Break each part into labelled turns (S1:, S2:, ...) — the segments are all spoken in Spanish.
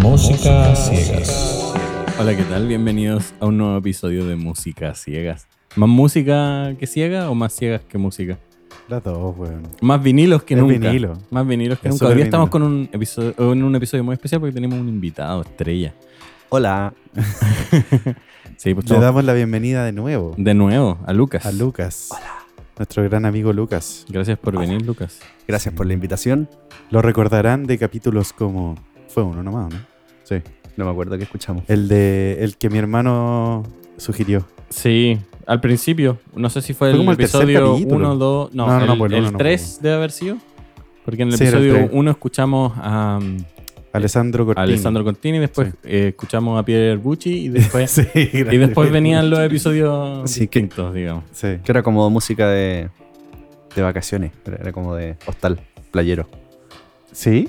S1: Música a ciegas.
S2: Hola, ¿qué tal? Bienvenidos a un nuevo episodio de Música a Ciegas. ¿Más música que ciega o más ciegas que música?
S3: Las dos, weón.
S2: Más vinilos que
S3: Es
S2: nunca.
S3: vinilo.
S2: Más vinilos que
S3: Es
S2: nunca. Hoy
S3: súper
S2: día estamos
S3: vinilo.
S2: con un episodio, en un episodio muy especial porque tenemos un invitado, estrella.
S3: Hola.
S2: Sí, pues
S3: Le
S2: estamos
S3: damos la bienvenida de nuevo
S2: de nuevo a Lucas.
S3: a Lucas. Hola. Nuestro gran amigo Lucas.
S2: Gracias por venir, Lucas.
S4: Gracias por la invitación.
S3: Lo recordarán de capítulos como. Fue uno nomás, ¿no? Sí.
S4: No me acuerdo qué escuchamos.
S3: El de. El que mi hermano sugirió.
S2: Sí, al principio, no sé si fue,
S3: Fue
S2: el
S3: como el tercer
S2: episodio
S3: capítulo.
S2: 1, 2, no,
S3: No, no, no, pues
S2: el,
S3: el uno no,
S2: 3 debe haber sido. Porque en el
S3: Sí, era el
S2: episodio
S3: tres.
S2: 1 escuchamos a, um,
S3: Alessandro
S2: a
S3: Cortini.
S2: Alessandro Contini, después
S3: Sí.
S2: eh, escuchamos a Pierre Bucci y después,
S3: Sí,
S2: y
S3: grande.
S2: después venían los episodios
S4: Sí, que-
S2: distintos, digamos.
S3: Sí.
S4: Que era como música de, de vacaciones. Era era como de hostal, playero,
S3: ¿Sí?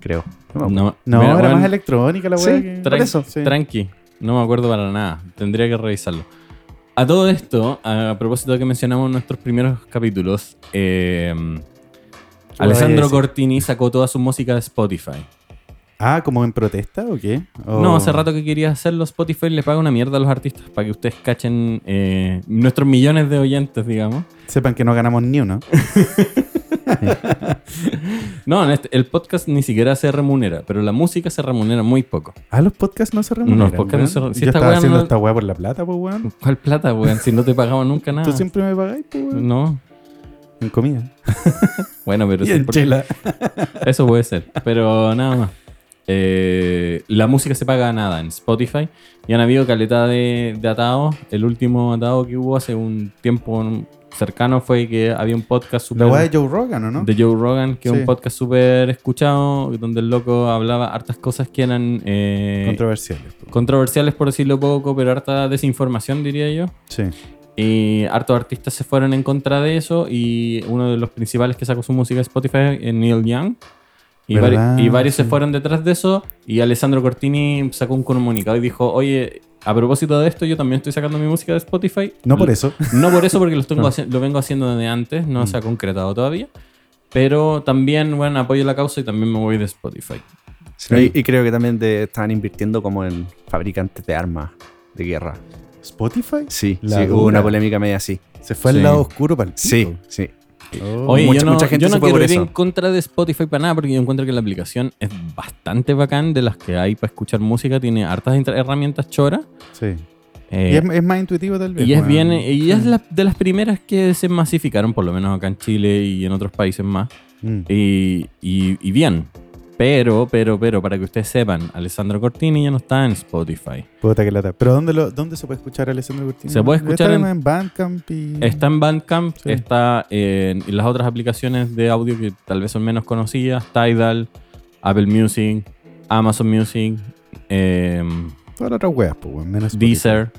S4: creo. No, me acuerdo.
S2: No,
S3: No,
S2: mira,
S3: era
S2: weón,
S3: más electrónica la weá.
S4: Sí,
S3: que-
S4: por
S2: Tran-
S4: eso.
S3: Sí.
S2: Tranqui, no me acuerdo para nada. Tendría que revisarlo. A todo esto, a propósito de que mencionamos nuestros primeros capítulos, eh, Alessandro
S3: decir?
S2: Cortini sacó toda su música de Spotify.
S3: Ah, ¿como en protesta o qué? O-
S2: No,
S4: Oh.
S2: hace rato que quería hacerlo. Spotify le paga una mierda a los artistas para que ustedes cachen eh, nuestros millones de oyentes, digamos.
S3: Sepan que no ganamos ni uno.
S2: No, en este- el podcast ni siquiera se remunera, pero la música se remunera muy poco.
S3: Ah, los podcasts no se remuneran.
S2: Los podcasts no se
S3: weón.
S2: re- si
S3: Yo
S2: esta
S3: estaba
S2: weá
S3: haciendo
S2: no-
S3: esta weá por la plata, pues weón.
S2: ¿Cuál plata, weón? Si no te pagamos nunca nada.
S3: Tú siempre me pagáis, pues weón.
S2: Ah. No.
S3: En comida.
S2: Bueno, pero
S3: Y
S2: eso,
S3: en chela.
S2: eso puede ser. Pero nada más. Eh, la música se paga a nada en Spotify. Y han habido caleta de, de atados. El último atado que hubo hace un tiempo cercano fue que había un podcast
S3: La
S2: super
S3: weá de Joe Rogan, ¿o no?
S2: de Joe Rogan, que es un
S3: Sí.
S2: podcast súper escuchado, donde el loco hablaba hartas cosas que eran eh,
S3: Controversiales. po.
S2: controversiales, por decirlo poco, pero harta desinformación, diría yo.
S3: Sí.
S2: Y hartos artistas se fueron en contra de eso. Y uno de los principales que sacó su música de Spotify es Neil Young. Y, vari-
S3: ¿Verdad?
S2: y varios se
S3: Sí.
S2: fueron detrás de eso. Y Alessandro Cortini sacó un comunicado y dijo: Oye, a propósito de esto, yo también estoy sacando mi música de Spotify.
S3: No por eso.
S2: No por eso, porque lo, tengo haci- lo vengo haciendo desde antes, no
S3: Mm.
S2: se ha concretado todavía. Pero también, bueno, apoyo la causa y también me voy de Spotify.
S4: Sí, y, y creo que también te estaban invirtiendo como en fabricantes de armas de guerra.
S3: Spotify
S4: Sí,
S3: La
S4: sí, hubo
S3: dura.
S4: una polémica media así.
S3: se fue
S2: Sí.
S3: al lado oscuro Oh, para el
S4: Sí, sí.
S2: Oye,
S4: Oh, Mucha-
S2: yo no,
S4: mucha gente
S2: yo no
S4: se fue
S2: quiero
S4: por
S2: ir
S4: eso.
S2: en contra de Spotify para nada, porque yo encuentro que la aplicación es bastante bacán de las que hay para escuchar música, tiene hartas inter- herramientas choras.
S3: Sí.
S2: eh,
S3: y es, es más intuitivo tal vez.
S2: y es
S3: weón. Mm,
S2: bien, y es la- de las primeras que se masificaron, por lo menos acá en Chile y en otros países más.
S3: Mm.
S2: Y, y- y bien. Pero, pero, pero, para que ustedes sepan, Alessandro Cortini ya no está en Spotify.
S3: Puta que lata. Pero ¿dónde, lo- dónde se puede escuchar Alessandro Curtino?
S2: Se puede
S3: Debe
S2: escuchar
S3: estar
S2: en-
S3: en Bandcamp y...
S2: Está en Bandcamp,
S3: Sí.
S2: está en en las otras aplicaciones de audio que tal vez son menos conocidas, Tidal, Apple Music, Amazon Music, eh,
S3: Todas las otras weas, pues, weón. Menos Spotify.
S2: Deezer,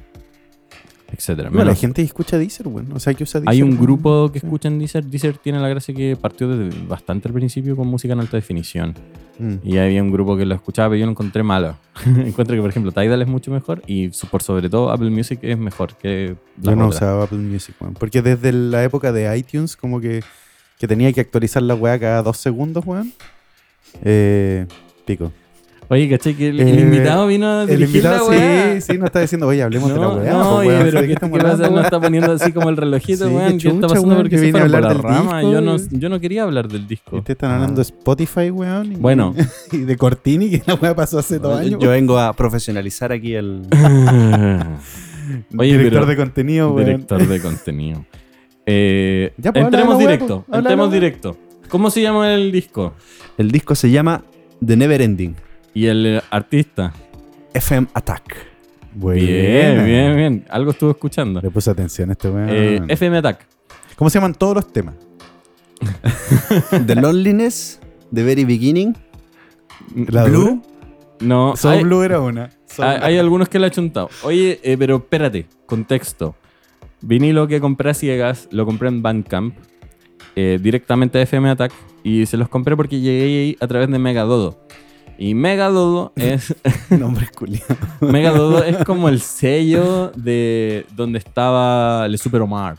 S2: etcétera.
S3: Bueno, la
S2: Menos-
S3: gente escucha Deezer, weón. O sea, que usa Deezer.
S2: Hay un
S3: weón.
S2: grupo que
S3: Sí.
S2: escucha en Deezer. Deezer tiene la gracia que partió desde bastante al principio con música en alta definición.
S3: Mm.
S2: Y había un grupo que lo escuchaba, pero yo lo encontré malo. encuentro que, por ejemplo, Tidal es mucho mejor y so- por sobre todo Apple Music es mejor que la
S3: Yo no
S2: otra.
S3: usaba Apple Music, weón. Porque desde la época de iTunes, como que, que tenía que actualizar la weá cada dos segundos, weón. Eh, pico.
S2: Oye, caché que el,
S3: Eh,
S2: el invitado vino a
S3: El
S2: dirigir
S3: invitado,
S2: la weá.
S3: sí, sí, nos está diciendo, oye, hablemos de la
S2: No,
S3: weá.
S2: no,
S3: pues,
S2: oye,
S3: weón,
S2: pero
S3: ¿sabes
S2: ¿qué,
S3: qué
S2: qué
S3: estamos
S2: pasa?
S3: hablando,
S2: No
S3: weón?
S2: está poniendo así como el relojito,
S3: Sí, qué
S2: weón. ¿Qué está
S3: chucha,
S2: pasando?
S3: weón,
S2: Porque
S3: que
S2: se
S3: vine a
S2: fueron por la
S3: hablar del
S2: rama.
S3: disco,
S2: Yo no,
S3: weón.
S2: yo no quería hablar del disco. Ah.
S3: Y te están hablando de Spotify, weón. y-
S2: Bueno.
S3: Y de Cortini, que la weá pasó hace dos años.
S4: Yo vengo a profesionalizar aquí el.
S3: weón.
S2: Oye,
S3: director
S2: pero-
S3: de contenido, weón.
S2: Director de contenido. Eh,
S3: Ya, pues, habla de
S2: entremos
S3: la weá,
S2: directo.
S3: pues, habla de la
S2: Entremos
S3: weá.
S2: directo. ¿Cómo se llama el disco?
S4: El disco se llama The Never Ending,
S2: Y el eh, artista.
S4: FM Attack.
S3: Buena.
S2: Bien, bien, bien. Algo estuvo escuchando.
S3: Le puse atención a este weón.
S2: Eh, FM Attack.
S3: ¿Cómo se llaman todos los temas?
S4: The Loneliness, The Very Beginning,
S3: La
S4: Blue.
S2: No,
S3: dura? Soul
S2: hay,
S3: Blue era una. Soul
S2: Ah, hay-
S3: Blue.
S2: hay algunos que la han chuntado. Oye, eh, pero espérate, contexto. Vinilo que compré a ciegas, lo compré en Bandcamp, eh, directamente a FM Attack, y se los compré porque llegué ahí a través de Megadodo. Y Megadodo es
S3: Nombre culiado.
S2: Megadodo es como el sello de donde estaba Le Super Omar.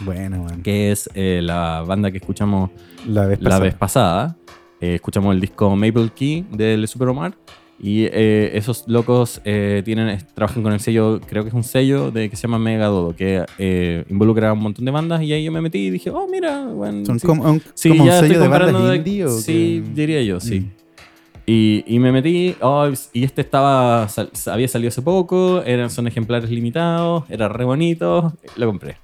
S3: Bueno, weón.
S2: que es eh, la banda que escuchamos
S3: La vez
S2: la
S3: pasada.
S2: vez pasada. Eh, escuchamos el disco Maple Key del Super Omar. Y eh, esos locos eh, tienen, es- trabajan con el sello, creo que es un sello de, que se llama Mega Dodo, que eh, involucra a un montón de bandas. Y ahí yo me metí y dije, oh, mira, bueno,
S3: Son
S2: sí,
S3: como un,
S2: sí,
S3: como un
S2: ya
S3: sello
S2: estoy
S3: de
S2: comprando
S3: bandas
S2: de-
S3: indie. ¿o
S2: Sí,
S3: qué?
S2: diría yo, sí.
S3: Mm.
S2: Y, y me metí, oh, y este estaba, sal- había salido hace poco, eran, son ejemplares limitados, era re bonito, lo compré.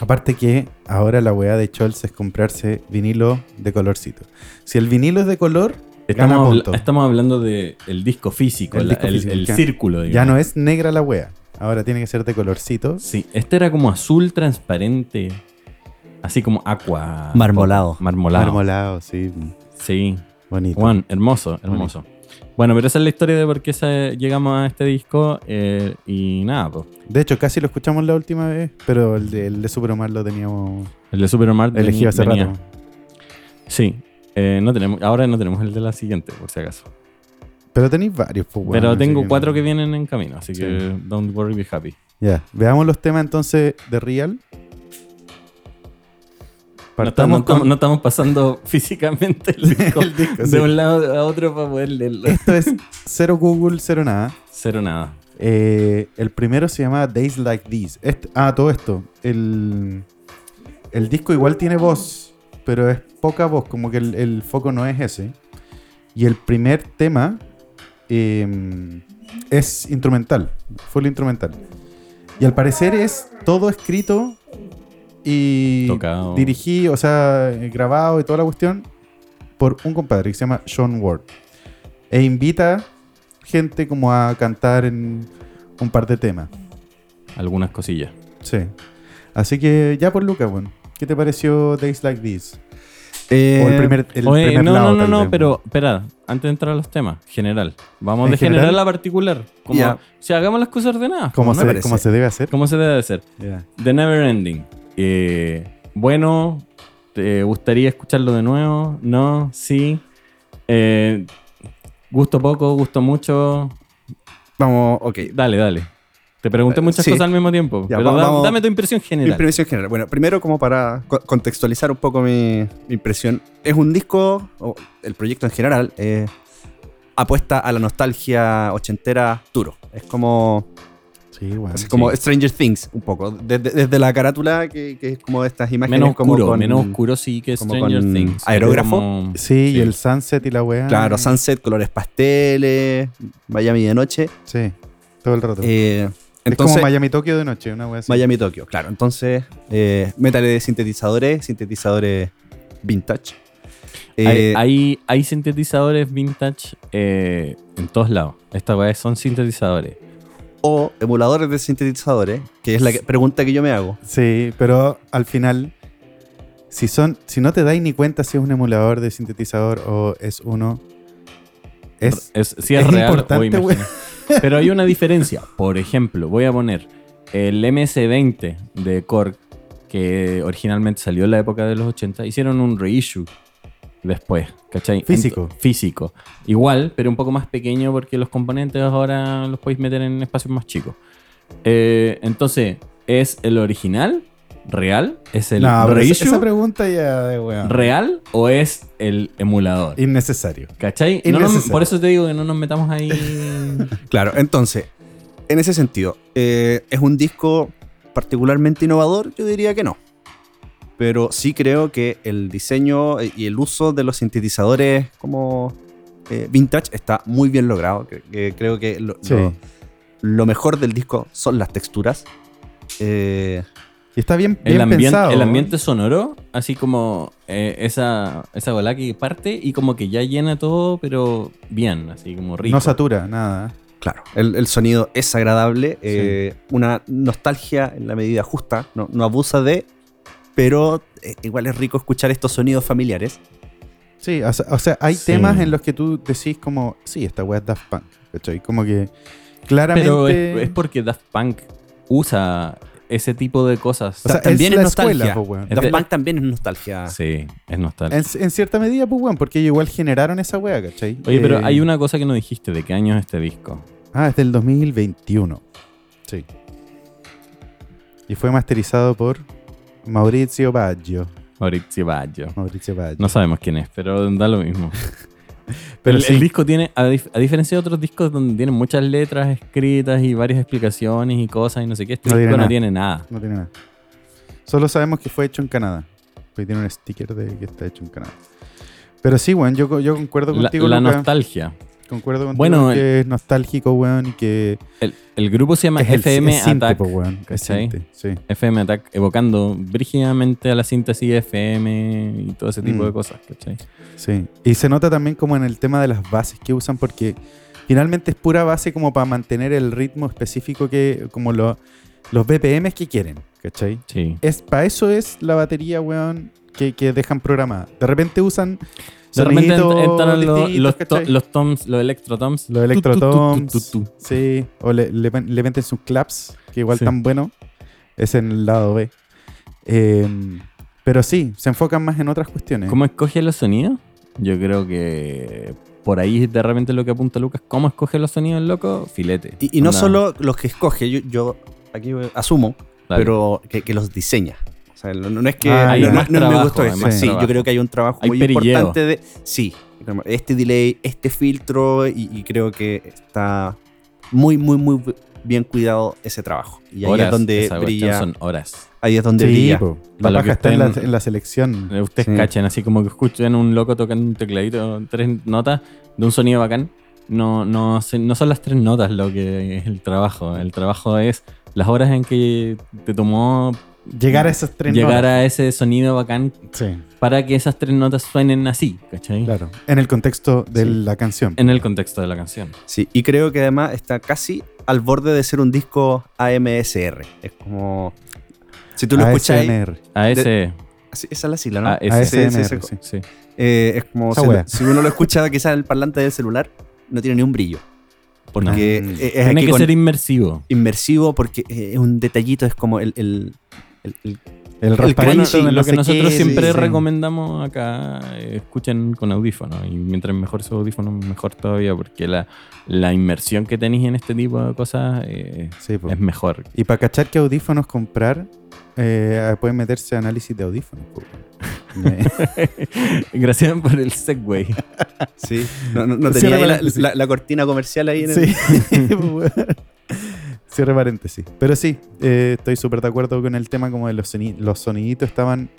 S3: Aparte que ahora la weá de Chols es comprarse vinilo de colorcito. Si el vinilo es de color, gana
S2: Estamos, habla-
S3: punto.
S2: estamos hablando del disco físico,
S3: El
S2: la-
S3: disco
S2: el,
S3: físico,
S2: el
S3: ya-
S2: círculo.
S3: Ya
S2: digamos.
S3: no es negra la wea. Ahora tiene que ser de colorcito.
S2: Sí, este era como azul transparente, así como aqua.
S4: Marmolado.
S2: Marmolado.
S3: Marmolado, sí.
S2: Sí,
S3: Bonito.
S2: Juan, hermoso, hermoso. Bueno, pero esa es la historia de por qué se- llegamos a este disco eh, y nada, pues.
S3: De hecho, casi lo escuchamos la última vez, pero el de, el de Super Omar lo teníamos
S2: El de Super Omar
S3: elegido hace
S2: venía-
S3: rato.
S2: Sí, eh, no tenemos, ahora no tenemos el de la siguiente, por si acaso.
S3: Pero tenéis varios, pues, weón,
S2: pero
S3: así
S2: tengo
S3: que-
S2: cuatro que vienen en camino, así
S3: Sí.
S2: que don't worry, be happy.
S3: Ya, veamos los temas entonces de Real.
S2: No estamos, no
S3: Partamos
S2: estamos-
S3: con-
S2: no estamos pasando físicamente el disco,
S3: el disco, sí.
S2: de un lado a otro para poder leerlo.
S3: Esto es cero Google, cero nada.
S2: Cero nada.
S3: Eh, el primero se llama Days Like These. Este- ah, todo esto. El, el disco igual tiene voz, pero es poca voz, como que el, el foco no es ese. Y el primer tema eh, es instrumental, full instrumental. Y al parecer es todo escrito y
S2: Tocado.
S3: dirigido, o sea, grabado y toda la cuestión por un compadre que se llama Sean Ward. E invita gente como a cantar en un par de temas.
S2: Algunas cosillas.
S3: Sí. Así que ya por Luca, bueno. ¿Qué te pareció Days Like This?
S4: Eh,
S3: o el primer, el
S2: Oye,
S3: primer
S2: no,
S3: lado,
S2: no,
S3: tal
S2: no,
S3: vez,
S2: no, pero espera, antes de entrar a los temas, general. Vamos
S3: ¿En
S2: de general,
S3: general?
S2: a particular. Como,
S4: Ya.
S2: O sea, hagamos las cosas ordenadas.
S3: Como,
S4: me
S3: se,
S4: parece.
S3: como se debe hacer.
S2: ¿Cómo se debe hacer? The Never Ending. Eh, bueno, ¿te gustaría escucharlo de nuevo? No, sí. Eh, gusto poco, gusto mucho.
S4: Vamos, ok.
S2: Dale, dale. Te pregunté
S4: Eh,
S2: muchas
S4: sí.
S2: cosas al mismo tiempo.
S4: Ya,
S2: pero
S4: va-
S2: da-
S4: vamos-
S2: dame tu impresión general.
S4: Mi impresión general. Bueno, primero como para co- contextualizar un poco mi, mi impresión. Es un disco, o el proyecto en general, eh, apuesta a la nostalgia ochentera duro. Es como,
S3: Sí, bueno.
S4: es como
S2: Ah, sí.
S4: Stranger Things un poco. Desde, desde la carátula, que, que es como de estas imágenes
S2: menos
S4: como
S2: oscuro,
S4: con-
S2: menos oscuro sí que
S4: como
S2: Stranger
S4: con
S2: Things.
S4: aerógrafo.
S2: Como-
S3: Sí,
S2: Sí.
S3: y el sunset y la weá.
S4: Claro, sunset, colores pasteles, Miami de noche.
S3: Sí, todo el rato.
S4: Eh,
S3: es
S4: entonces,
S3: como Miami Tokio de noche, una weá así.
S4: Miami, Tokio, claro. Entonces, eh, métale de sintetizadores, sintetizadores vintage.
S2: Hay,
S4: Eh,
S2: hay, hay sintetizadores vintage eh, en todos lados. Estas weas son sintetizadores.
S4: o emuladores de sintetizadores, que es la que- pregunta que yo me hago.
S3: Sí, pero al final, si son, si no te dais ni cuenta si es un emulador de sintetizador o es uno, es
S2: Es, sí es,
S3: es
S2: real,
S3: importante,
S2: o imagino. Pero hay una diferencia. Por ejemplo, voy a poner el MS-20 de Korg, que originalmente salió en la época de los 80, hicieron un reissue después, ¿cachai?
S3: Físico.
S2: Ent- físico. Igual, pero un poco más pequeño porque los componentes ahora los podéis meter en espacios más chicos. Eh, entonces, ¿es el original real? ¿Es el
S3: No, pero esa-
S2: reissue
S3: esa pregunta ya de weón.
S2: real o es el emulador?
S3: Innecesario.
S2: ¿Cachai? No nos-
S3: Innecesario.
S2: por eso te digo que no nos metamos ahí.
S4: Claro, entonces, en ese sentido, eh, ¿es un disco particularmente innovador? Yo diría que no. Pero sí creo que el diseño y el uso de los sintetizadores como eh, vintage está muy bien logrado. Que- que creo que lo,
S3: Sí.
S4: lo- lo mejor del disco son las texturas. Eh,
S3: Y está bien, bien
S2: El, ambiente,
S3: pensado.
S2: el ambiente sonoro, así como eh, esa, esa bola que parte y como que ya llena todo, pero bien, así como rico.
S3: No satura, nada. ¿eh?
S4: Claro, el, el sonido es agradable, eh, una nostalgia en la medida justa, no, no abusa de, pero eh, igual es rico escuchar estos sonidos familiares.
S3: Sí, o sea, o sea, hay
S2: Sí.
S3: temas en los que tú decís como, sí, esta weá es Daft Punk, ¿cachai? Como que claramente...
S2: pero es, es porque Daft Punk usa ese tipo de cosas.
S3: O sea,
S4: también
S3: es
S4: es
S3: la
S4: nostalgia.
S3: escuela, po, weón.
S4: Daft Punk también es nostalgia.
S2: sí, es nostálgico.
S3: En, en cierta medida, pues, weón, porque ellos igual generaron esa weá, ¿cachai?
S2: Oye, pero
S3: Eh,
S2: hay una cosa que no dijiste, ¿de qué año es este disco?
S3: Ah, es del 2021. Sí. Y fue masterizado por Maurizio Baggio.
S2: Maurizio Baggio.
S3: Maurizio Baggio.
S2: No sabemos quién es, pero da lo mismo.
S3: Pero
S2: el,
S3: sí.
S2: el disco tiene, a, dif- a diferencia de otros discos donde tienen muchas letras escritas y varias explicaciones y cosas y no sé qué, este
S3: No tiene
S2: disco
S3: nada.
S2: no tiene nada.
S3: No tiene nada. Solo sabemos que fue hecho en Canadá. Porque tiene un sticker de que está hecho en Canadá. Pero sí, weón, yo, co- yo concuerdo
S2: La,
S3: contigo.
S2: la
S3: Luca.
S2: nostalgia.
S3: Concuerdo contigo
S2: Bueno,
S3: que es nostálgico, weón, y que
S2: El, el grupo se llama
S3: es el-
S2: FM
S3: es synth,
S2: Attack.
S3: po, weón. Es
S2: ¿cachai?
S3: synth, sí.
S2: FM Attack evocando brígidamente a la síntesis FM y todo ese tipo
S3: Mm.
S2: de cosas, ¿cachai?
S3: Sí, y se nota también como en el tema de las bases que usan, porque finalmente es pura base como para mantener el ritmo específico que, como lo- los BPMs que quieren, ¿cachai?
S2: Sí.
S3: Es, para eso es la batería, weón, que, que dejan programada. De repente usan
S2: De repente ent-
S3: soniditos
S2: entraron los,
S3: distintos,
S2: los, to-
S3: ¿cachai?
S2: los toms, los electrotoms.
S3: Los
S2: Tu, tu, tu,
S3: electrotoms.
S2: tu, tu, tu.
S3: Sí, o le, le, pen- le meten sus claps, que igual
S2: Sí.
S3: tan bueno. Es en el lado B. Eh, pero sí, se enfocan más en otras cuestiones.
S2: ¿Cómo escoge los sonidos? Yo creo que por ahí de repente lo que apunta Lucas, ¿cómo escoge los sonidos el loco? Filete.
S4: Y, y no
S2: Onda,
S4: solo los que escoge, yo, yo aquí eh, asumo,
S2: dale.
S4: pero que, que los diseña. O sea, no, no es que
S3: Ah,
S4: no-
S3: hay
S4: no,
S3: más
S4: no me
S2: trabajo,
S4: gustó
S2: hay
S4: eso.
S3: más
S4: sí,
S2: trabajo.
S4: yo creo que hay un trabajo
S2: Hay
S4: muy
S2: perilleo.
S4: importante de sí, este delay, este filtro y, y creo que está muy muy muy bien cuidado ese trabajo. Y ahí
S2: horas,
S4: es donde
S2: esa cuestión
S4: brilla,
S2: son horas.
S4: ahí es donde
S3: Sí,
S4: brilla.
S3: po. La
S2: Para lo que
S3: paja está en la,
S2: estén-
S3: en la selección.
S2: Eh, Ustedes
S4: Sí.
S2: cachan, así como que escuchan un loco tocando un tecladito, tres notas, de un sonido bacán. No, no, se- no son las tres notas lo que es el trabajo. El trabajo es las horas en que te tomó
S3: Llegar a esas tres
S2: llegar
S3: notas.
S2: a ese sonido bacán
S3: Sí,
S2: para que esas tres notas suenen así, ¿cachai?
S3: claro. En el contexto de la canción.
S2: En el contexto de la canción.
S4: Sí, y creo que además está casi al borde de ser un disco AMSR. Es como si tú lo escuchas
S3: ASMR.
S2: A ese,
S4: esa es la sigla, ¿no?
S2: Ah,
S3: ASMR,
S4: Sí, sí, sí.
S3: sí.
S2: sí.
S4: Eh, es como
S3: eh, Esa
S4: si,
S3: wea.
S4: si uno lo escucha quizás en el parlante del celular, no tiene ni un brillo. Porque
S3: No.
S4: eh, es
S2: Ah. Tiene
S4: aquí
S2: que
S4: con-
S2: ser inmersivo.
S4: inmersivo, porque eh, es un detallito, es como el, el- el- el-
S3: El
S4: Bueno,
S3: raspadito
S4: sí,
S3: de
S2: lo
S3: no
S2: que
S3: sé
S2: nosotros
S3: qué,
S2: siempre
S3: sí, sí.
S2: recomendamos acá, eh, escuchen con audífonos. Y mientras mejor su audífono, mejor todavía, porque la, la inmersión que tenéis en este tipo de cosas eh,
S3: Sí, po.
S2: es mejor.
S3: Y para cachar qué audífonos comprar, eh, pueden meterse a análisis de audífonos. po. Me-
S2: Gracias por el segway.
S4: sí, no, no- no
S3: Sí,
S4: tenía ahí la,
S3: realmente, sí.
S4: la- la cortina comercial ahí en el-
S3: sí. Cierre paréntesis. Pero sí, eh, estoy súper de acuerdo con el tema como de los, soni- los soniditos estaban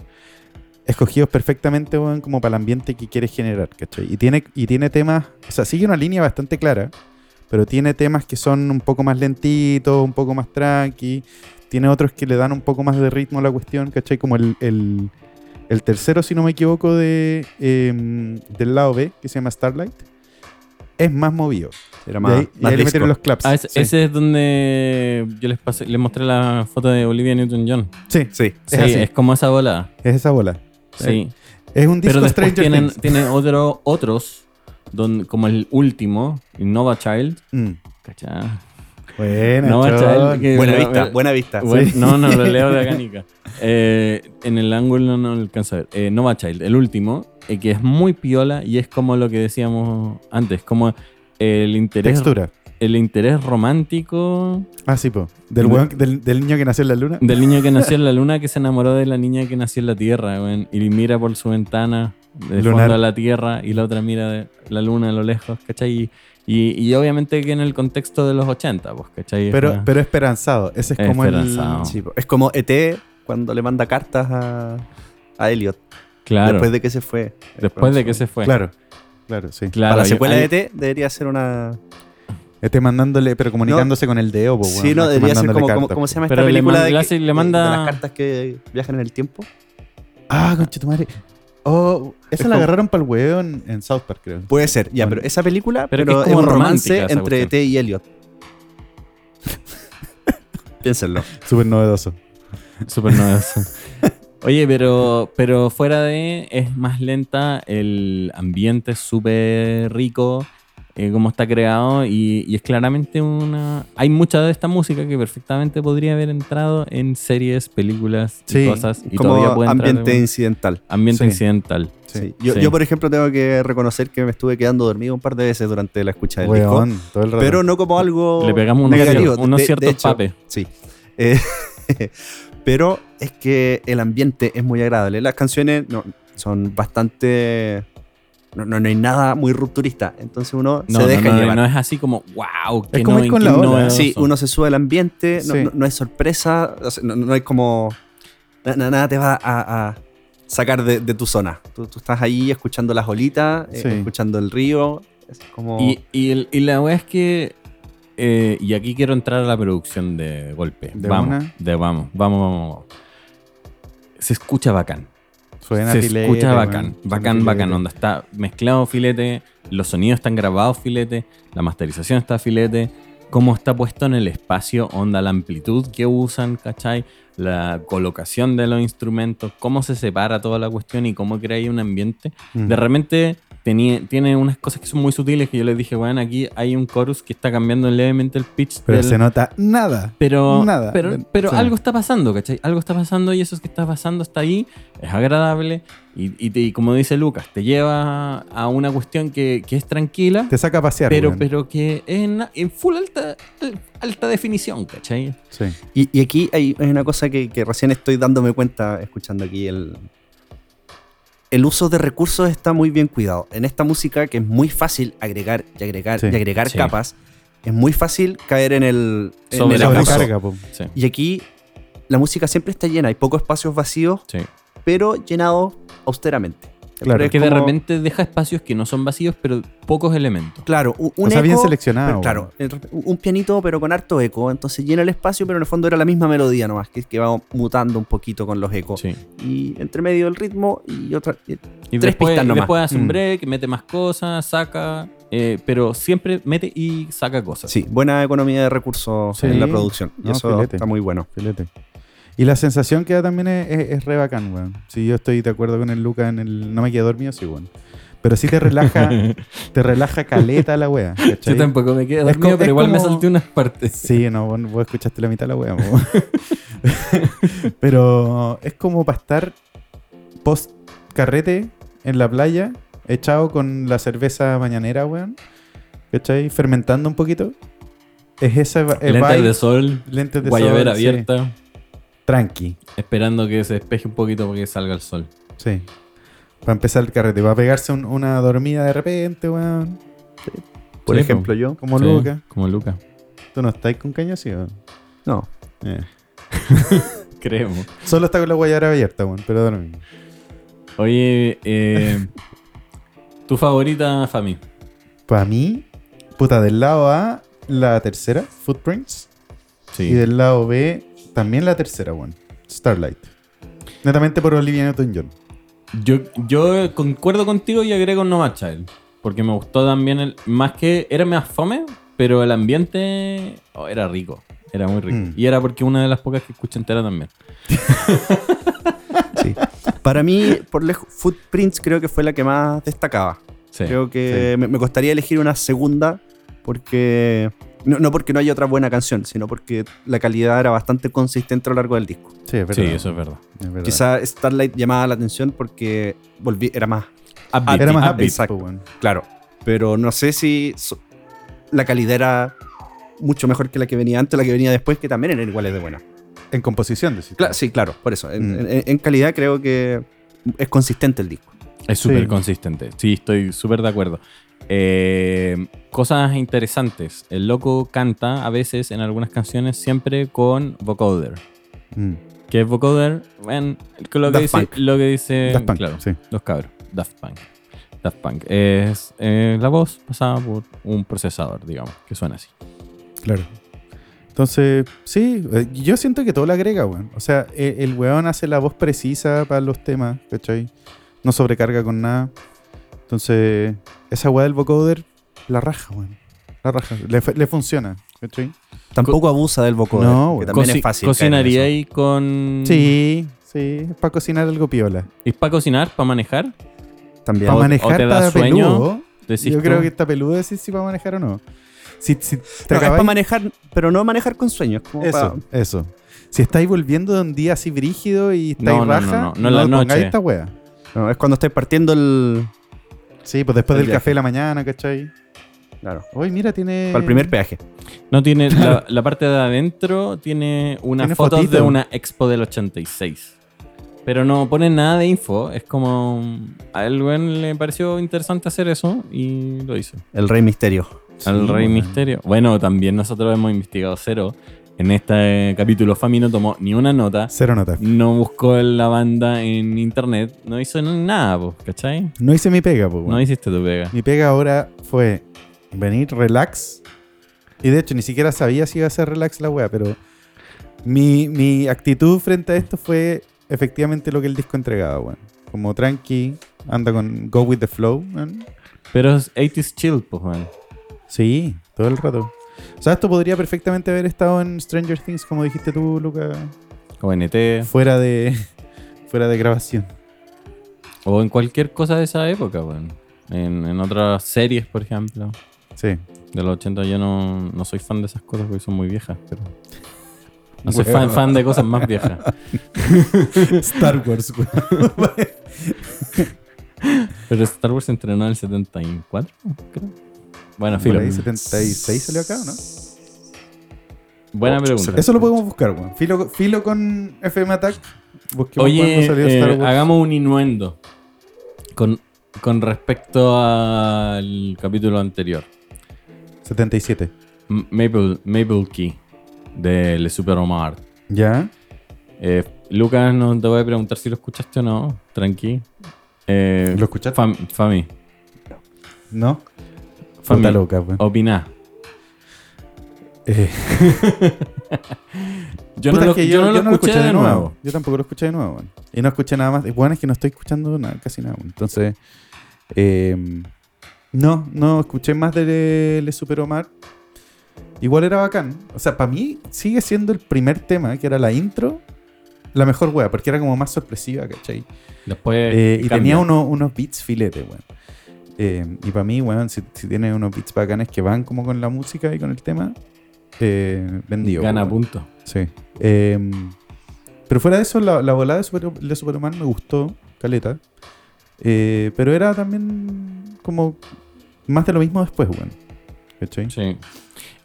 S3: escogidos perfectamente weón, como para el ambiente que quieres generar, ¿cachai? Y tiene, y tiene temas, o sea, sigue una línea bastante clara, pero tiene temas que son un poco más lentitos, un poco más tranqui, tiene otros que le dan un poco más de ritmo a la cuestión, ¿cachai? Como el, el- el tercero, si no me equivoco, de, em, del lado B, que se llama Starlight, es más movido.
S4: Era
S3: Y
S4: más,
S3: ahí- y ahí
S4: más
S3: le
S4: disco.
S3: metieron los claps.
S2: Ah, ese,
S3: sí.
S2: ese es donde yo les, pasé- les mostré la foto de Olivia Newton-John.
S3: Sí,
S4: Sí.
S2: Sí, es,
S3: así.
S2: como esa bola.
S3: es esa bola.
S2: Sí.
S3: Es un disco
S2: Pero después
S3: Stranger
S2: tienen,
S3: Things.
S2: tienen otro, otros, donde, como el último, Nova Child.
S3: Mm.
S2: ¿Cachá?
S3: Buena,
S2: Nova
S3: chon.
S2: Child. que-
S4: Buena
S2: la-
S4: vista,
S3: eh,
S2: la-
S4: buena vista.
S2: Bueno, No, no, lo leo de Gánica. Eh, en el ángulo no alcanza a ver. Eh, Nova Child, el último, eh, que es muy piola y es como lo que decíamos antes, como el interés,
S3: Textura.
S2: el interés romántico
S3: Ah, sí, po. Del,
S2: No.
S3: weón- del, del niño que nació en la luna.
S2: del niño que nació en la luna que se enamoró de la niña que nació en la tierra, weón, y mira por su ventana de
S3: Lunar.
S2: fondo a la tierra y la otra mira de la luna a lo lejos, ¿cachai? Y, y- y obviamente que en el contexto de los 80, pues, ¿cachai?
S3: Pero,
S2: Esa-
S3: pero esperanzado. Ese es como
S2: Esperanzado.
S3: el.
S4: Sí, po. es como ET cuando le manda cartas a, a Elliot
S2: claro,
S4: después de que se fue.
S2: después de que se fue.
S3: Claro. Claro, sí.
S2: Claro,
S4: Para la
S2: yo-
S4: secuela
S2: hay-
S4: de ET debería ser una.
S3: Este mandándole, pero comunicándose con el dedo, po, weón,
S4: sí, no,
S3: más que
S4: debería ser
S3: mandándole
S4: como, como
S3: cartas,
S4: ¿cómo se llama
S2: Pero
S4: esta
S2: le
S4: película
S2: manda-
S4: de,
S2: le
S4: que-
S2: hace- le
S4: de- de
S2: manda-
S4: las cartas que viajan en el tiempo?
S3: po. Ah, concha tu madre. Oh, esa la
S4: como-
S3: agarraron para el weón en South Park, creo.
S4: Puede ser, ya, pero esa película
S2: Pero
S4: pero
S2: que es
S4: es,
S2: como
S4: un romance
S2: romántica esa
S4: entre E
S2: cuestión.
S4: T y Elliot. Piénsenlo.
S3: Súper novedoso.
S2: Súper novedoso. Oye, pero, pero fuera de es más lenta, el ambiente es súper rico, eh, como está creado, y, y es claramente una... Hay mucha de esta música que perfectamente podría haber entrado en series, películas y
S3: Sí,
S2: cosas, y
S4: Como
S2: todavía puede entrar
S4: ambiente
S2: en-
S4: incidental.
S2: ambiente
S3: sí.
S2: incidental.
S3: Sí.
S4: Sí. Yo,
S2: Sí.
S4: yo, por ejemplo, tengo que reconocer que me estuve quedando dormido un par de veces durante la escucha del disco.
S3: Weón, todo el rato.
S4: Pero no como algo
S2: Le pegamos unos,
S4: negativo.
S2: cier- unos
S4: De- de
S2: ciertos
S4: hecho,
S2: papes.
S4: Sí. Eh, Pero es que el ambiente es muy agradable. Las canciones no, son bastante. No, no, no hay nada muy rupturista. Entonces uno
S2: No,
S4: se
S2: no,
S4: deja
S2: no,
S4: llevar.
S2: no es así como, wow, que
S3: como ir con la ola.
S4: Sí, uno se sube al ambiente, no,
S3: Sí.
S4: no- no hay sorpresa, o sea, no, no hay como. na- na- Nada te va a, a sacar de, de tu zona. Tú, tú estás ahí escuchando las olitas, eh,
S3: Sí.
S4: escuchando el río. Es como.
S2: Y, y el- y la weá es que. eh, y aquí quiero entrar a la producción de golpe.
S3: ¿De
S2: vamos,
S3: una?
S2: de vamos, vamos, vamos, vamos. Se escucha bacán.
S3: Suena
S2: se
S3: filete,
S2: escucha
S3: weón.
S2: bacán.
S3: Suena
S2: Bacán,
S3: filete.
S2: bacán. Onda está mezclado filete, los sonidos están grabados filete, la masterización está filete, cómo está puesto en el espacio, onda la amplitud que usan, ¿cachai? La colocación de los instrumentos, cómo se separa toda la cuestión y cómo crea un ambiente.
S3: Mm.
S2: De repente tenía- tiene unas cosas que son muy sutiles que yo les dije, bueno, aquí hay un chorus que está cambiando levemente el pitch.
S3: Pero
S2: del-
S3: se nota nada.
S2: pero,
S3: Nada.
S2: pero,
S3: Del-
S2: pero
S3: sí.
S2: algo está pasando, ¿cachai? Algo está pasando y eso es que está pasando está ahí, es agradable y, y te- y como dice Lucas, te lleva a una cuestión que, que es tranquila,
S3: Te saca a pasear.
S2: pero,
S3: weón.
S2: pero que es en, en full alta, alta definición, ¿cachai?
S3: Sí.
S4: Y, y aquí hay, hay una cosa que, que recién estoy dándome cuenta escuchando aquí el... El uso de recursos está muy bien cuidado. En esta música, que es muy fácil agregar y agregar
S3: Sí,
S4: y agregar
S2: sí.
S4: capas, es muy fácil caer en el, en
S2: Sobre-
S4: el
S2: abuso.
S3: Sobrecarga, po.
S2: Sí,
S4: Y aquí la música siempre está llena. Hay pocos espacios vacíos,
S2: sí.
S4: pero llenados austeramente. Siempre
S3: Claro.
S4: es
S2: Que de
S4: como-
S2: repente deja espacios que no son vacíos, pero pocos elementos.
S4: Claro, un, un
S3: O sea, bien
S4: eco,
S3: seleccionado,
S4: pero claro, el- un pianito, pero con harto eco. Entonces llena el espacio, pero en el fondo era la misma melodía nomás, que, que va mutando un poquito con los ecos.
S2: Sí.
S4: Y entre medio el ritmo y otra. y-
S2: Y
S4: Tres
S2: después,
S4: pistas
S2: y
S4: nomás.
S2: después hace un
S3: Mm.
S2: break, mete más cosas, saca, eh, pero siempre mete y saca cosas.
S4: Sí, buena economía de recursos
S3: Sí.
S4: en la producción. Y
S3: No,
S4: eso
S3: filete.
S4: está muy bueno.
S3: Filete. Y la sensación que da también es, es, es re bacán, weón. Si yo estoy de acuerdo con el Luca en el no me quedo dormido, sí, weón. Pero sí te relaja, te relaja caleta la wea. ¿cachai?
S2: Yo tampoco me quedé
S3: Es
S2: dormido,
S3: como-
S2: pero
S3: es
S2: igual me
S3: como-
S2: salté unas partes.
S3: Sí, no, vos, vos escuchaste la mitad de la wea, po. Pero es como para estar post carrete en la playa, echado con la cerveza mañanera, weón. ¿Cachai? Fermentando un poquito. Es esa eh,
S2: Lentes
S3: vibe,
S2: de sol,
S3: lentes de
S2: guayabera
S3: sol, sí.
S2: abierta,
S3: Tranqui.
S2: esperando que se despeje un poquito porque salga el sol.
S3: Sí. Para empezar el carrete. Para pegarse un- una dormida de repente, weón.
S4: Por
S2: Sí,
S4: ejemplo, yo.
S3: Como
S2: Sí,
S3: Luca.
S2: Como Luca.
S3: Tú no estás con caña, sí, weón.
S4: No.
S3: Eh.
S2: Creemos.
S3: Solo está con la guayara abierta, weón. Pero da lo mismo.
S2: Oye, eh, tu favorita, Fami.
S3: Para mí, puta, del lado A, la tercera, Footprints. Y
S2: Sí.
S3: del lado B, también la tercera, weón. Starlight. Netamente por Olivia Newton-John.
S2: Yo, yo concuerdo contigo y agrego Nova Child. Porque me gustó también el. Más que. Era más fome, pero el ambiente. oh, era rico. Era muy rico.
S3: Mm.
S2: Y era porque una de las pocas que escuché entera también.
S4: Sí. Para mí, por lejos, Footprints creo que fue la que más destacaba.
S2: Sí.
S4: Creo que me, me costaría elegir una segunda porque. No, no porque no haya otra buena canción, sino porque la calidad era bastante consistente a lo largo del disco.
S3: Sí, es verdad.
S2: Sí, eso es verdad.
S3: Es verdad.
S4: Quizá Starlight llamaba la atención porque volví, era más Ah,
S2: Upbeat,
S3: Era más
S2: upbeat.
S3: upbeat,
S4: Exacto.
S3: po, weón.
S4: Claro. Pero no sé si so- la calidad era mucho mejor que la que venía antes, la que venía después, que también eran iguales de buena.
S3: En composición, decís. tú.
S4: Cla- sí, claro, por eso. En,
S3: Mm.
S4: en- en calidad creo que es consistente el disco.
S2: Es súper
S3: Sí.
S2: consistente. Sí, estoy súper de acuerdo. Eh, cosas interesantes. El loco canta a veces en algunas canciones siempre con vocoder.
S3: Mm.
S2: ¿Qué es vocoder? Bueno, lo que
S4: Daft
S2: dice,
S4: Punk.
S2: lo que dice
S3: Daft Punk,
S2: Eh, claro,
S3: sí.
S2: los cabros. Daft Punk. Daft Punk. Es eh, la voz pasada por un procesador, digamos, que suena así.
S3: Claro. Entonces, sí, eh, yo siento que todo lo agrega, weón. O sea, e- el, weón hace la voz precisa para los temas, ¿cachai? No sobrecarga con nada. Entonces, esa weá del vocoder, la raja, weón. La raja. Le, fu- le funciona, ¿cachai?
S4: Tampoco abusa del vocoder,
S3: No,
S4: que
S3: bueno.
S4: también
S2: Coci-
S4: es fácil.
S2: ¿Cocinaría
S4: caer en eso.
S2: ahí con.
S3: Sí, sí. Para cocinar algo piola.
S2: ¿Es para cocinar? ¿Para manejar?
S4: También.
S3: Para
S2: o- o
S3: manejar,
S2: te da
S3: está
S2: sueño,
S3: peludo.
S2: Decís
S3: Yo
S2: tú.
S3: creo que está peludo decir si para manejar o no. Si, si te
S4: No, es
S3: acabáis-
S4: para manejar, pero no manejar con sueños. como
S3: Eso,
S4: pa-
S3: eso. Si estáis volviendo de un día así brígido y estáis
S2: No, no, no,
S3: raja,
S2: no, no en la
S3: pongáis
S2: noche.
S3: esta wea.
S4: no, es cuando estáis partiendo el.
S3: Sí, pues después
S4: El
S3: del
S4: viaje.
S3: café de la mañana, ¿cachai?
S4: Claro.
S3: Hoy mira, tiene.
S4: Para el primer peaje.
S2: No tiene. La, la parte de adentro tiene unas
S3: Tiene
S2: fotos
S3: fotito.
S2: de una expo del 86. Pero no pone nada de info. Es como. A él weón, le pareció interesante hacer eso y lo hizo.
S4: El Rey Misterio.
S2: Al
S3: Sí,
S2: Rey
S3: weón.
S2: Misterio. Bueno, también nosotros hemos investigado cero. En este capítulo, Fami no tomó ni una nota.
S3: Cero notas.
S2: No buscó la banda en internet. No hizo nada, po, ¿cachai?
S3: No hice mi pega, pues.
S2: No hiciste tu pega.
S3: Mi pega ahora fue venir relax. Y de hecho, ni siquiera sabía si iba a ser relax la wea, pero mi, mi actitud frente a esto fue efectivamente lo que el disco entregaba, weón. Como tranqui, anda con Go with the flow, weón.
S2: Pero es 80s chill, pues, weón.
S3: Sí, todo el rato. O sea, esto podría perfectamente haber estado en Stranger Things, como dijiste tú, Luca,
S2: O NT.
S3: fuera de, fuera de grabación.
S2: O en cualquier cosa de esa época, weón. En, en otras series, por ejemplo.
S3: Sí.
S2: De los 80 yo no, no soy fan de esas cosas porque son muy viejas, pero... No soy
S3: Weón.
S2: fan, fan de cosas más viejas.
S3: Star Wars, weón.
S2: Pero Star Wars se entrenó en el 74, creo. Bueno,
S3: Por
S2: filo.
S3: ahí 76 salió acá, ¿o ¿no?
S2: Buena pregunta.
S3: Eso lo podemos buscar, weón. Filo, filo con FM Attack. Busquemos
S2: Oye,
S3: cuándo salió
S2: eh,
S3: Star Wars.
S2: hagamos un innuendo con, con respecto al capítulo anterior.
S3: 77.
S2: M- Maple, Maple Key de Le Super Omar.
S3: ¿Ya?
S2: Eh, Lucas, no te voy a preguntar si lo escuchaste o no. Tranqui. Eh,
S3: ¿Lo escuchaste?
S2: Fam- Fami.
S3: ¿No?
S2: Fami.
S3: Puta loca, weón.
S2: Opina. Oh.
S3: Eh,
S2: Yo
S3: puta,
S2: no, lo,
S3: es que
S2: yo no lo escuché, de nuevo.
S3: Yo tampoco lo escuché de nuevo, weón. Y no escuché nada más. Y, Bueno, es que no estoy escuchando nada, casi nada, weón. Entonces, eh, no, no escuché más de Le, Le Super Omar. Igual era bacán. O sea, para mí sigue siendo el primer tema, que era la intro, la mejor wea, porque era como más sorpresiva, ¿cachai?
S2: Después.
S3: Eh, y
S2: cambia.
S3: tenía uno- unos beats filete, weón. Eh, y para mí, weón, si, si tiene unos beats bacanes que van como con la música y con el tema, eh, vendido.
S2: Gana
S3: weón.
S2: punto.
S3: Sí. Eh, pero fuera de eso, la, la volada de, Super, de Superman me gustó, caleta. Eh, pero era también como más de lo mismo después, weón. ¿Cachai?
S2: Sí.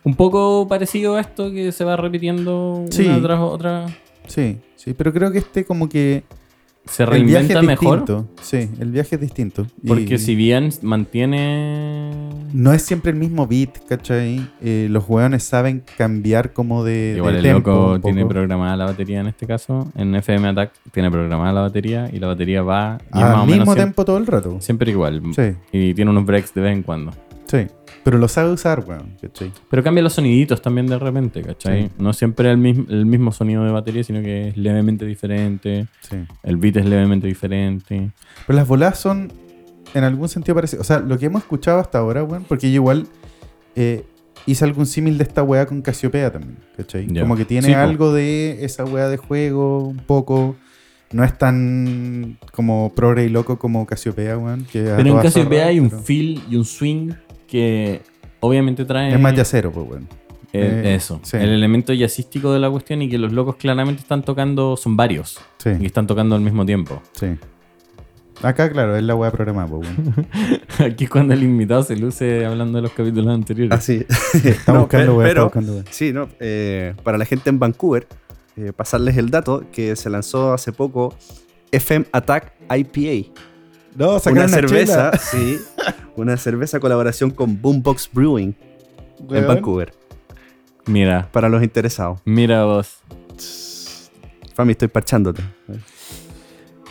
S2: Un poco parecido a esto que se va repitiendo
S3: Sí.
S2: una tras otra.
S3: Sí, sí, pero creo que este como que
S2: Se
S3: el viaje
S2: reinventa
S3: es
S2: mejor.
S3: distinto. Sí, el viaje es distinto. Y-
S2: Porque si bien mantiene.
S3: No es siempre el mismo beat, ¿cachai? Eh, los weones saben cambiar como de,
S2: Igual
S3: de
S2: el
S3: tempo
S2: loco
S3: un poco.
S2: tiene programada la batería en este caso. En FM Attack tiene programada la batería y la batería va y es más o
S3: Al
S2: menos
S3: mismo
S2: siempre,
S3: tempo todo el rato. Sí.
S2: siempre igual.
S3: sí,
S2: Y tiene unos breaks de vez en cuando.
S3: Pero lo sabe usar, weón, ¿cachai?
S2: Pero cambia los soniditos también de repente, ¿cachai?
S3: Sí.
S2: No siempre el mismo, el mismo sonido de batería, sino que es levemente diferente.
S3: Sí.
S2: El beat es levemente diferente.
S3: Pero las voladas son en algún sentido parecidas. O sea, lo que hemos escuchado hasta ahora, weón, porque yo igual eh, hice algún símil de esta weá con Casiopea también, ¿cachai?
S2: Ya.
S3: Como que tiene
S2: Sí, po.
S3: algo de esa weá de juego, un poco. No es tan como progre y loco como Casiopea, weón. que a
S2: Pero en
S3: toda
S2: Casiopea
S3: zorra,
S2: hay un
S3: pero-
S2: feel y un swing que obviamente trae
S3: Es más yacero, pues, weón.
S2: eh,
S3: eh,
S2: eso,
S3: sí.
S2: el elemento jazzístico de la cuestión y que los locos claramente están tocando, son varios, y
S3: Sí,
S2: están tocando al mismo tiempo.
S3: sí. Acá, claro, es la weá programada, pues, weón.
S2: Aquí es cuando el invitado se luce hablando de los capítulos anteriores.
S4: Así.
S3: Está buscando, weón, está buscando, weón.
S4: Sí, no, eh, para la gente en Vancouver, eh, pasarles el dato que se lanzó hace poco FM Attack IPA.
S3: No,
S4: una,
S3: sacaron
S4: cerveza,
S3: chela,
S4: sí. Una cerveza colaboración con Boombox Brewing
S3: weón.
S4: en Vancouver.
S2: Mira,
S4: Para los interesados.
S2: mira vos.
S4: Fami, estoy parchándote.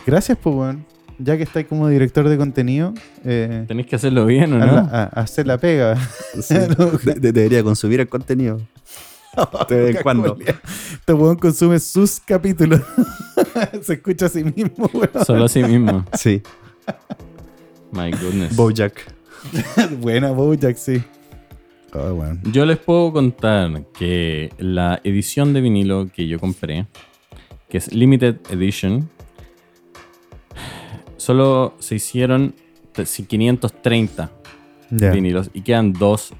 S3: Gracias, pues, weón. Ya que estáis como director de contenido, eh,
S2: Tenéis que hacerlo bien, ¿o
S3: haz
S2: no?
S3: la- a- hacer la pega.
S4: Sí. De- de- debería consumir el contenido. De vez en cuando.
S3: Este weón consume sus capítulos. Se escucha a sí mismo, weón.
S2: Solo a sí mismo.
S4: Sí.
S2: My goodness.
S4: Bojack.
S3: Buena, Bojack, sí. Oh, weón.
S2: Yo les puedo contar que la edición de vinilo que yo compré, que es Limited Edition, solo se hicieron te- si 530
S3: Ya.
S2: vinilos y quedan dos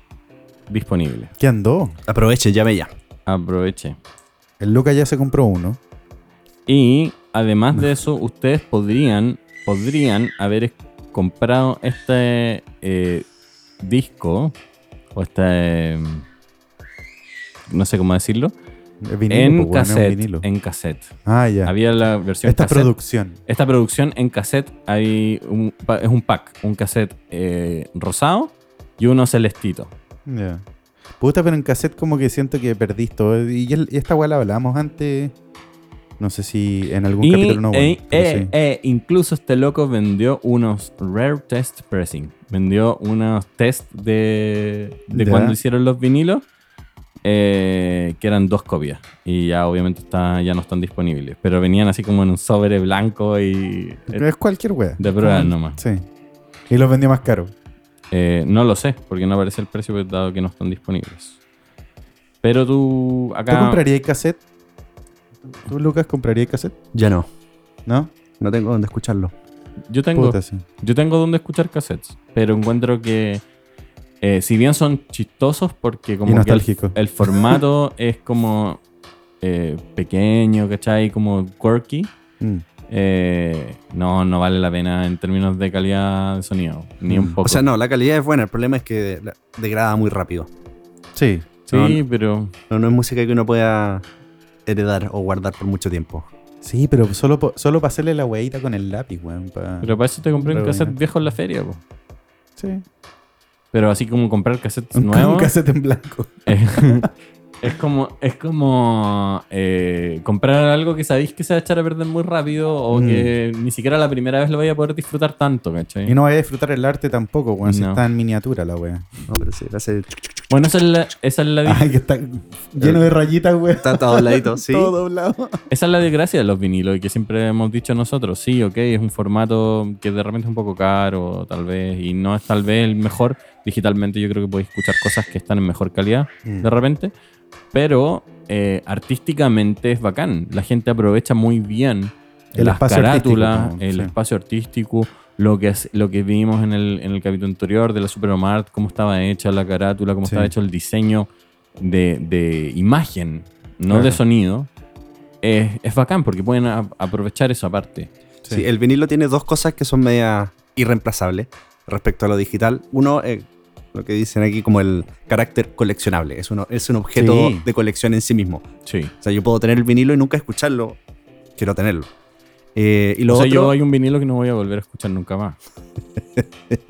S2: disponibles.
S3: ¿Qué andó?
S4: Aproveche, llame ya.
S2: Aproveche.
S3: El Luca ya se compró uno.
S2: Y además de eso, ustedes podrían, podrían haber es- comprado este eh, disco o este eh, no sé cómo decirlo,
S3: Es vinilo,
S2: en,
S3: pues, weón, es un
S2: cassette,
S3: vinilo.
S2: en cassette.
S3: Ah, ya.
S2: Había la versión
S3: Esta
S2: cassette.
S3: producción.
S2: Esta producción en cassette hay un pa- es un pack, un cassette eh, rosado y uno celestito.
S3: Ya. Puta, pero en cassette como que siento que perdís todo. Y, el- y esta weá la hablábamos antes. No sé si en algún
S2: Y,
S3: capítulo no. weón,
S2: eh,
S3: pero
S2: eh,
S3: sí.
S2: eh, incluso este loco vendió unos rare test pressing. Vendió unos test de, de
S3: Ya.
S2: cuando hicieron los vinilos, eh, que eran dos copias. Y ya obviamente está, ya no están disponibles. Pero venían así como en un sobre blanco y... eh,
S3: Pero es cualquier weá.
S2: De prueba nomás.
S3: Sí. Y los vendió más caro.
S2: Eh, no lo sé, porque no aparece el precio pues, dado que no están disponibles. Pero tú
S3: ¿Tú
S2: acá...
S3: comprarías cassette? ¿Tú, Lucas, comprarías cassette?
S4: Ya no.
S3: ¿No?
S4: No tengo dónde escucharlo.
S2: Yo tengo...
S3: Puta, sí.
S2: Yo tengo donde escuchar cassettes, pero encuentro que, eh, si bien son chistosos, porque como
S3: Y
S2: que el-
S3: nostálgico.
S2: el, formato es como eh, pequeño, ¿cachai? Como quirky,
S3: Mm.
S2: eh, no, no vale la pena en términos de calidad de sonido, ni un
S3: Mm.
S2: poco.
S4: O sea, no, la calidad es buena. El problema es que la- degrada muy rápido.
S3: Sí.
S2: sí, pero
S4: No, no es música que uno pueda heredar o guardar por mucho tiempo.
S3: Sí, pero solo, po- solo para hacerle la weita con el lápiz, weón. pa-
S2: pero para eso te compré un
S3: Pero
S2: cassette
S3: bueno.
S2: viejo en la feria, po.
S3: sí.
S2: Pero así como comprar cassettes
S3: Un, un
S2: nuevos.
S3: cassette en blanco.
S2: Es como, es como eh, comprar algo que sabéis que se va a echar a perder muy rápido o
S3: Mm.
S2: que ni siquiera la primera vez lo vais a poder disfrutar tanto, ¿cachai?
S3: Y no vaya a disfrutar el arte tampoco, weón. Si
S2: No.
S3: está en miniatura la wea.
S4: No, pero sí, hace
S2: Bueno, esa es la, esa es la, di-
S3: Ay, que está lleno de rayitas, weón.
S4: está dobladito, sí.
S3: Todo doblado.
S2: esa es la desgracia de los vinilos y que siempre hemos dicho nosotros, sí, ok, es un formato que de repente es un poco caro, tal vez, y no es tal vez el mejor. Digitalmente yo creo que podéis escuchar cosas que están en mejor calidad
S3: Mm.
S2: de repente, pero eh, artísticamente es bacán. La gente aprovecha muy bien
S3: El
S2: las
S3: espacio artístico,
S2: carátulas,
S3: como,
S2: el
S3: sí.
S2: espacio artístico, lo que, es, lo que vimos en el, en el capítulo anterior de la Supermart, cómo estaba hecha la carátula, cómo
S3: Sí.
S2: estaba hecho el diseño de, de imagen, no
S3: Claro.
S2: de sonido. Es, es bacán porque pueden a- aprovechar esa parte.
S4: Sí, el vinilo tiene dos cosas que son media irreemplazables respecto a lo digital. Uno, eh, lo que dicen aquí como el carácter coleccionable. Es, uno, es un objeto
S3: Sí.
S4: de colección en sí mismo.
S2: Sí.
S4: O sea, yo puedo tener el vinilo y nunca escucharlo. Quiero tenerlo. Eh, y lo
S2: O sea, yo
S4: otro,
S2: hay un vinilo que no voy a volver a escuchar nunca más.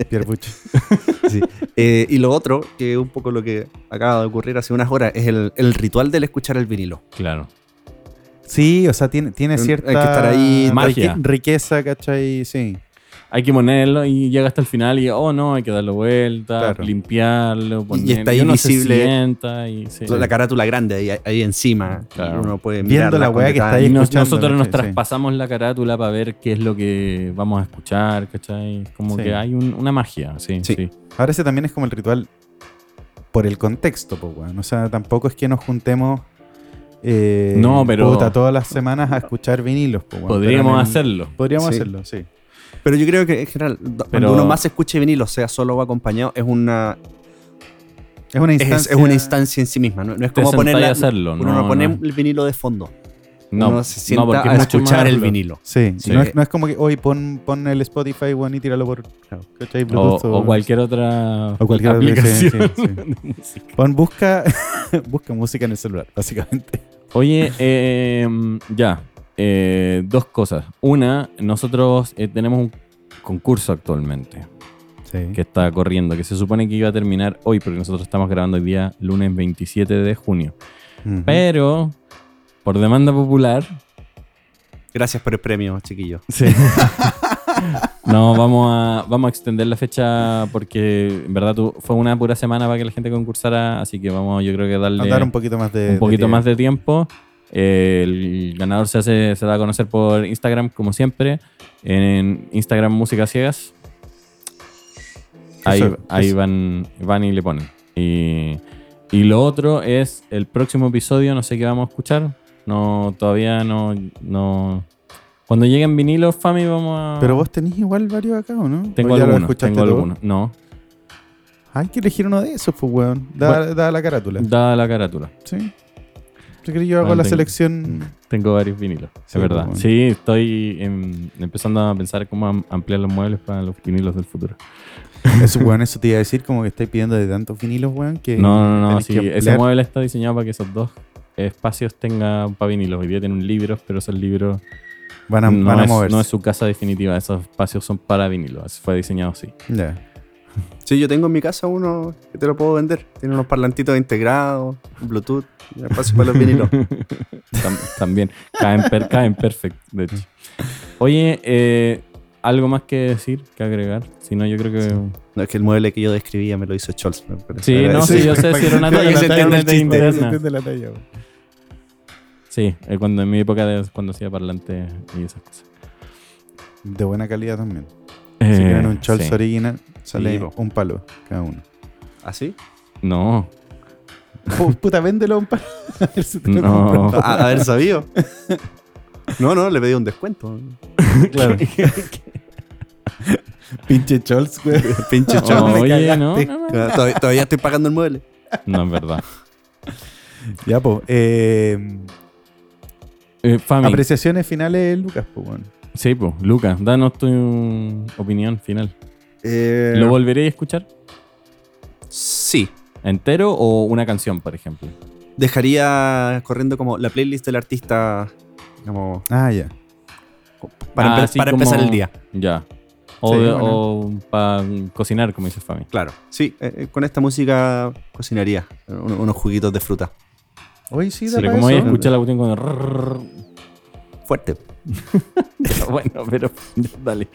S3: Pierre Puch.
S4: sí. Eh, y lo otro, que es un poco lo que acaba de ocurrir hace unas horas, es el, el ritual del escuchar el vinilo.
S2: Claro.
S3: Sí, o sea, tiene, tiene
S4: Hay que
S3: cierta
S4: estar ahí,
S3: rique-
S2: magia.
S3: riqueza, ¿cachai? Sí.
S2: Hay que ponerlo y llega hasta el final y, oh no, hay que darle vuelta,
S3: Claro.
S2: limpiarlo, ponerlo.
S4: está ahí
S2: uno se
S4: visible.
S2: sienta y sí.
S4: La carátula grande ahí, ahí encima.
S2: Claro.
S4: Uno puede
S3: Viendo
S4: mirarla
S3: la weá que está
S4: con
S3: ahí.
S2: Y
S4: detalle.
S2: nos-
S3: escuchando,
S2: nosotros nos
S3: ¿cachai? Sí.
S2: traspasamos la carátula para ver qué es lo que vamos a escuchar, ¿cachai? Como
S3: Sí.
S2: que hay un- una magia, sí, sí.
S4: Sí.
S3: Ahora ese también es como el ritual por el contexto, pues, weón. O sea, tampoco es que nos juntemos. eh,
S2: No, pero-
S3: puta, todas las semanas a escuchar vinilos, pues, weón.
S2: Podríamos
S3: Pero en-
S2: hacerlo.
S3: Podríamos
S4: Sí.
S3: hacerlo, sí.
S4: Pero yo creo que en general, do-
S2: Pero-
S4: cuando uno más escuche vinilo, sea solo o acompañado, es una,
S3: Es una
S4: es-
S3: instancia.
S4: es, una instancia en sí misma. No, No es
S2: Te
S4: como
S2: sentás
S4: poner
S2: y
S4: la-
S2: hacerlo,
S4: uno
S2: no,
S4: no pone
S2: no.
S4: el vinilo de fondo.
S2: No,
S4: uno se sienta
S2: no, porque
S4: a
S2: es mucho más
S4: escuchar el
S2: hablar.
S4: vinilo.
S3: Sí,
S4: Sí.
S3: No, es, no es como que hoy pon, pon el Spotify, weón, y tíralo por. ¿cachai?
S2: O,
S3: Bluetooth
S2: o cualquier otra
S3: o cualquier otra- sí,
S2: aplicación
S3: sí, sí.
S2: de música.
S3: Pon busca, busca música en el celular, básicamente.
S2: Oye, eh, ya, eh, dos cosas. Una, nosotros eh, tenemos un concurso actualmente.
S3: Sí.
S2: que está corriendo, que se supone que iba a terminar hoy, porque nosotros estamos grabando el día lunes 27 de junio.
S3: Ujú.
S2: Pero, por demanda popular,
S4: Gracias por el premio, chiquillo.
S2: no, vamos a, vamos a extender la fecha porque en verdad tú- fue una pura semana para que la gente concursara, así que vamos yo creo que darle
S3: A dar un poquito más de.
S2: un poquito
S3: de
S2: más de tiempo. Eh, el ganador se, hace, se da a conocer por Instagram, como siempre, en Instagram Música Ciegas. Ahí,
S3: Eso,
S2: ahí
S3: eso.
S2: Van, van y le ponen. Y, y lo otro es el próximo episodio, no sé qué vamos a escuchar. No, todavía no. no. Cuando lleguen vinilos, Fami, vamos a.
S3: Pero vos tenés igual varios acá, ¿o no?
S2: tengo
S3: ¿O ya los
S2: algunos.
S3: escuchaste
S2: Tengo
S3: todos?
S2: algunos. No,
S3: Hay que elegir uno de esos, pues, weón. Da,
S2: Bueno.
S3: da la carátula.
S2: dada la carátula.
S3: Sí. Yo creo que yo hago
S2: Bueno,
S3: la
S2: tengo-
S3: selección.
S2: Tengo varios vinilos,
S3: Sí,
S2: es verdad.
S3: pues, bueno.
S2: Sí, estoy em, empezando a pensar cómo am- ampliar los muebles para los vinilos del futuro.
S3: Eso, weón, eso te iba a decir, como que estáis pidiendo de tantos vinilos, weón, que.
S2: No, no, no.
S3: tenés
S2: sí,
S3: que
S2: ese
S3: ampliar.
S2: mueble está diseñado para que esos dos espacios tengan para vinilos. Hoy día tienen libros, pero esos libros
S3: Van a,
S2: no,
S3: van a
S2: es,
S3: moverse.
S2: no es su casa definitiva. Esos espacios son para vinilos. Así Fue diseñado así.
S3: Ya.
S4: Sí, yo tengo en mi casa uno que te lo puedo vender. Tiene unos parlantitos integrados, Bluetooth, ya paso para los vinilos.
S2: Tam- también. Caen, per- caen perfect, de hecho. Oye, eh, algo más que decir, que agregar. Si no, yo creo que.
S4: No, es que el mueble que yo describía me lo hizo Scholz. me parece.
S2: Sí, no, sí,
S4: Agradecido.
S2: yo sé, si era una
S4: para que
S2: talla
S4: se entienda el
S2: de
S4: chiste,
S3: Para que se
S2: interna.
S3: entienda la talla, weón.
S2: Sí, eh, cuando en mi época de cuando hacía parlante y esas cosas.
S3: De buena calidad también. Si
S2: Eh,
S3: quieren un Charles
S2: sí.
S3: original, sale
S4: Sí, po.
S3: un palo cada uno.
S4: ¿Ah, sí?
S2: No,
S3: Pu- Oh, Puta, véndelo a un palo. A ver si te lo compran.
S2: no.
S4: A- haber sabido. No, no, le pedí un descuento.
S2: claro.
S3: Pinche Charles, weón.
S4: Pinche
S2: No,
S4: Scholz.
S2: oye,
S4: cagaste.
S2: no, no, no.
S4: Todavía, todavía estoy pagando el mueble.
S2: No, es verdad.
S3: Ya, po. Eh,
S2: Eh, Fami,
S3: apreciaciones finales, Lucas, po, weón.
S2: sí, pues, Lucas, danos tu mm, opinión final.
S4: Eh,
S2: ¿Lo volveré a escuchar?
S4: sí.
S2: ¿Entero o una canción, por ejemplo?
S4: Dejaría corriendo como la playlist del artista como
S3: Ah, ya.
S4: para,
S2: Ah,
S4: empe-
S2: así
S4: para
S2: como-
S4: empezar el día.
S2: Ya. O,
S3: Sí,
S2: de-
S3: bueno.
S2: o para cocinar, como dice Fami.
S4: Claro. Sí, eh, eh, con esta música cocinaría eh, uno- unos juguitos de fruta.
S3: Hoy sí, da
S2: Pero
S3: pa'
S2: como
S3: eso,
S2: ella
S3: ¿no?
S2: escucha la cuestión con... rrrr,
S4: Fuerte.
S2: pero bueno, pero dale.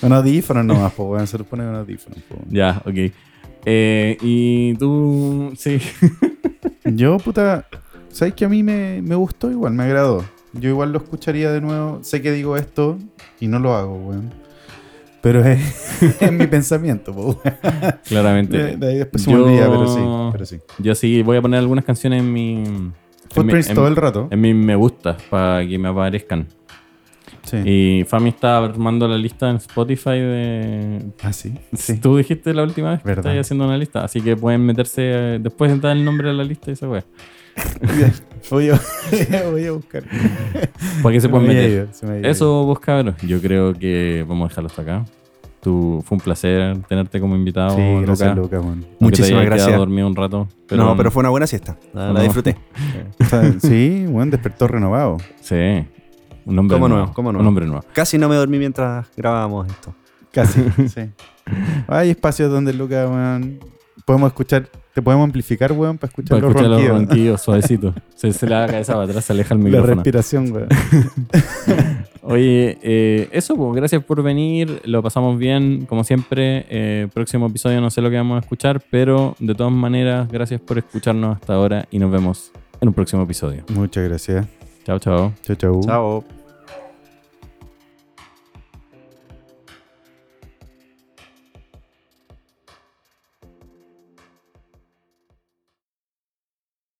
S3: Un audífono nomás, po, weón. Se los pone un audífono, po, weón.
S2: Ya, ok. Eh, y tú, sí.
S3: Yo, puta, ¿sabes que a mí me, me gustó igual? Me agradó. Yo igual lo escucharía de nuevo. Sé que digo esto y no lo hago, weón. Pero es, es mi pensamiento, po, weón. De,
S2: Claramente.
S3: de ahí después se
S2: Yo-
S3: me olvida, pero sí. Pero sí.
S2: Yo sí voy a poner algunas canciones en mi... en
S3: Footprints
S2: mi- en-
S3: todo el rato.
S2: En mis me gustas para que me aparezcan.
S3: Sí.
S2: Y Fami está armando la lista en Spotify de.
S3: ah, sí. Sí.
S2: Tú dijiste la última vez que
S3: Verdad.
S2: estáis haciendo una lista, así que pueden meterse. eh, Después dar el nombre de la lista y esa wea.
S3: Voy a, voy a buscar.
S2: Para que se pueden
S3: me había
S2: meter.
S3: ido, se me había ido.
S2: Eso vos, cabros. Yo creo que vamos a dejarlo hasta acá. Tú, fue un placer tenerte como invitado.
S3: Sí, gracias,
S2: Luca.
S3: Luca, weón.
S2: Aunque te
S4: Muchísimas
S2: hayas quedado
S4: gracias.
S2: dormido un rato.
S4: no, pero Ah, fue una buena siesta. La, la
S2: No.
S4: disfruté.
S3: O sea, sí, weón, despertó renovado.
S2: Sí. Un nombre
S4: ¿Cómo
S2: nuevo.
S4: no? ¿Cómo no?
S2: Un nombre nuevo.
S4: Casi no me dormí mientras grabábamos esto.
S3: Casi, sí. Hay espacios donde Luca, weón, podemos escuchar, te podemos amplificar, weón, para escuchar
S2: Para
S3: los
S2: escuchar los
S3: ronquidos.
S2: ronquidos, suavecito. se, se le da la cabeza para atrás, se aleja el
S3: La
S2: micrófono.
S3: respiración, weón.
S2: Oye, eh, eso, pues, gracias por venir, lo pasamos bien, como siempre, eh, próximo episodio no sé lo que vamos a escuchar, pero de todas maneras, gracias por escucharnos hasta ahora y nos vemos en un próximo episodio.
S3: Muchas gracias.
S2: Chao, chao.
S4: Uh.
S3: Chau, chau.
S4: Chao.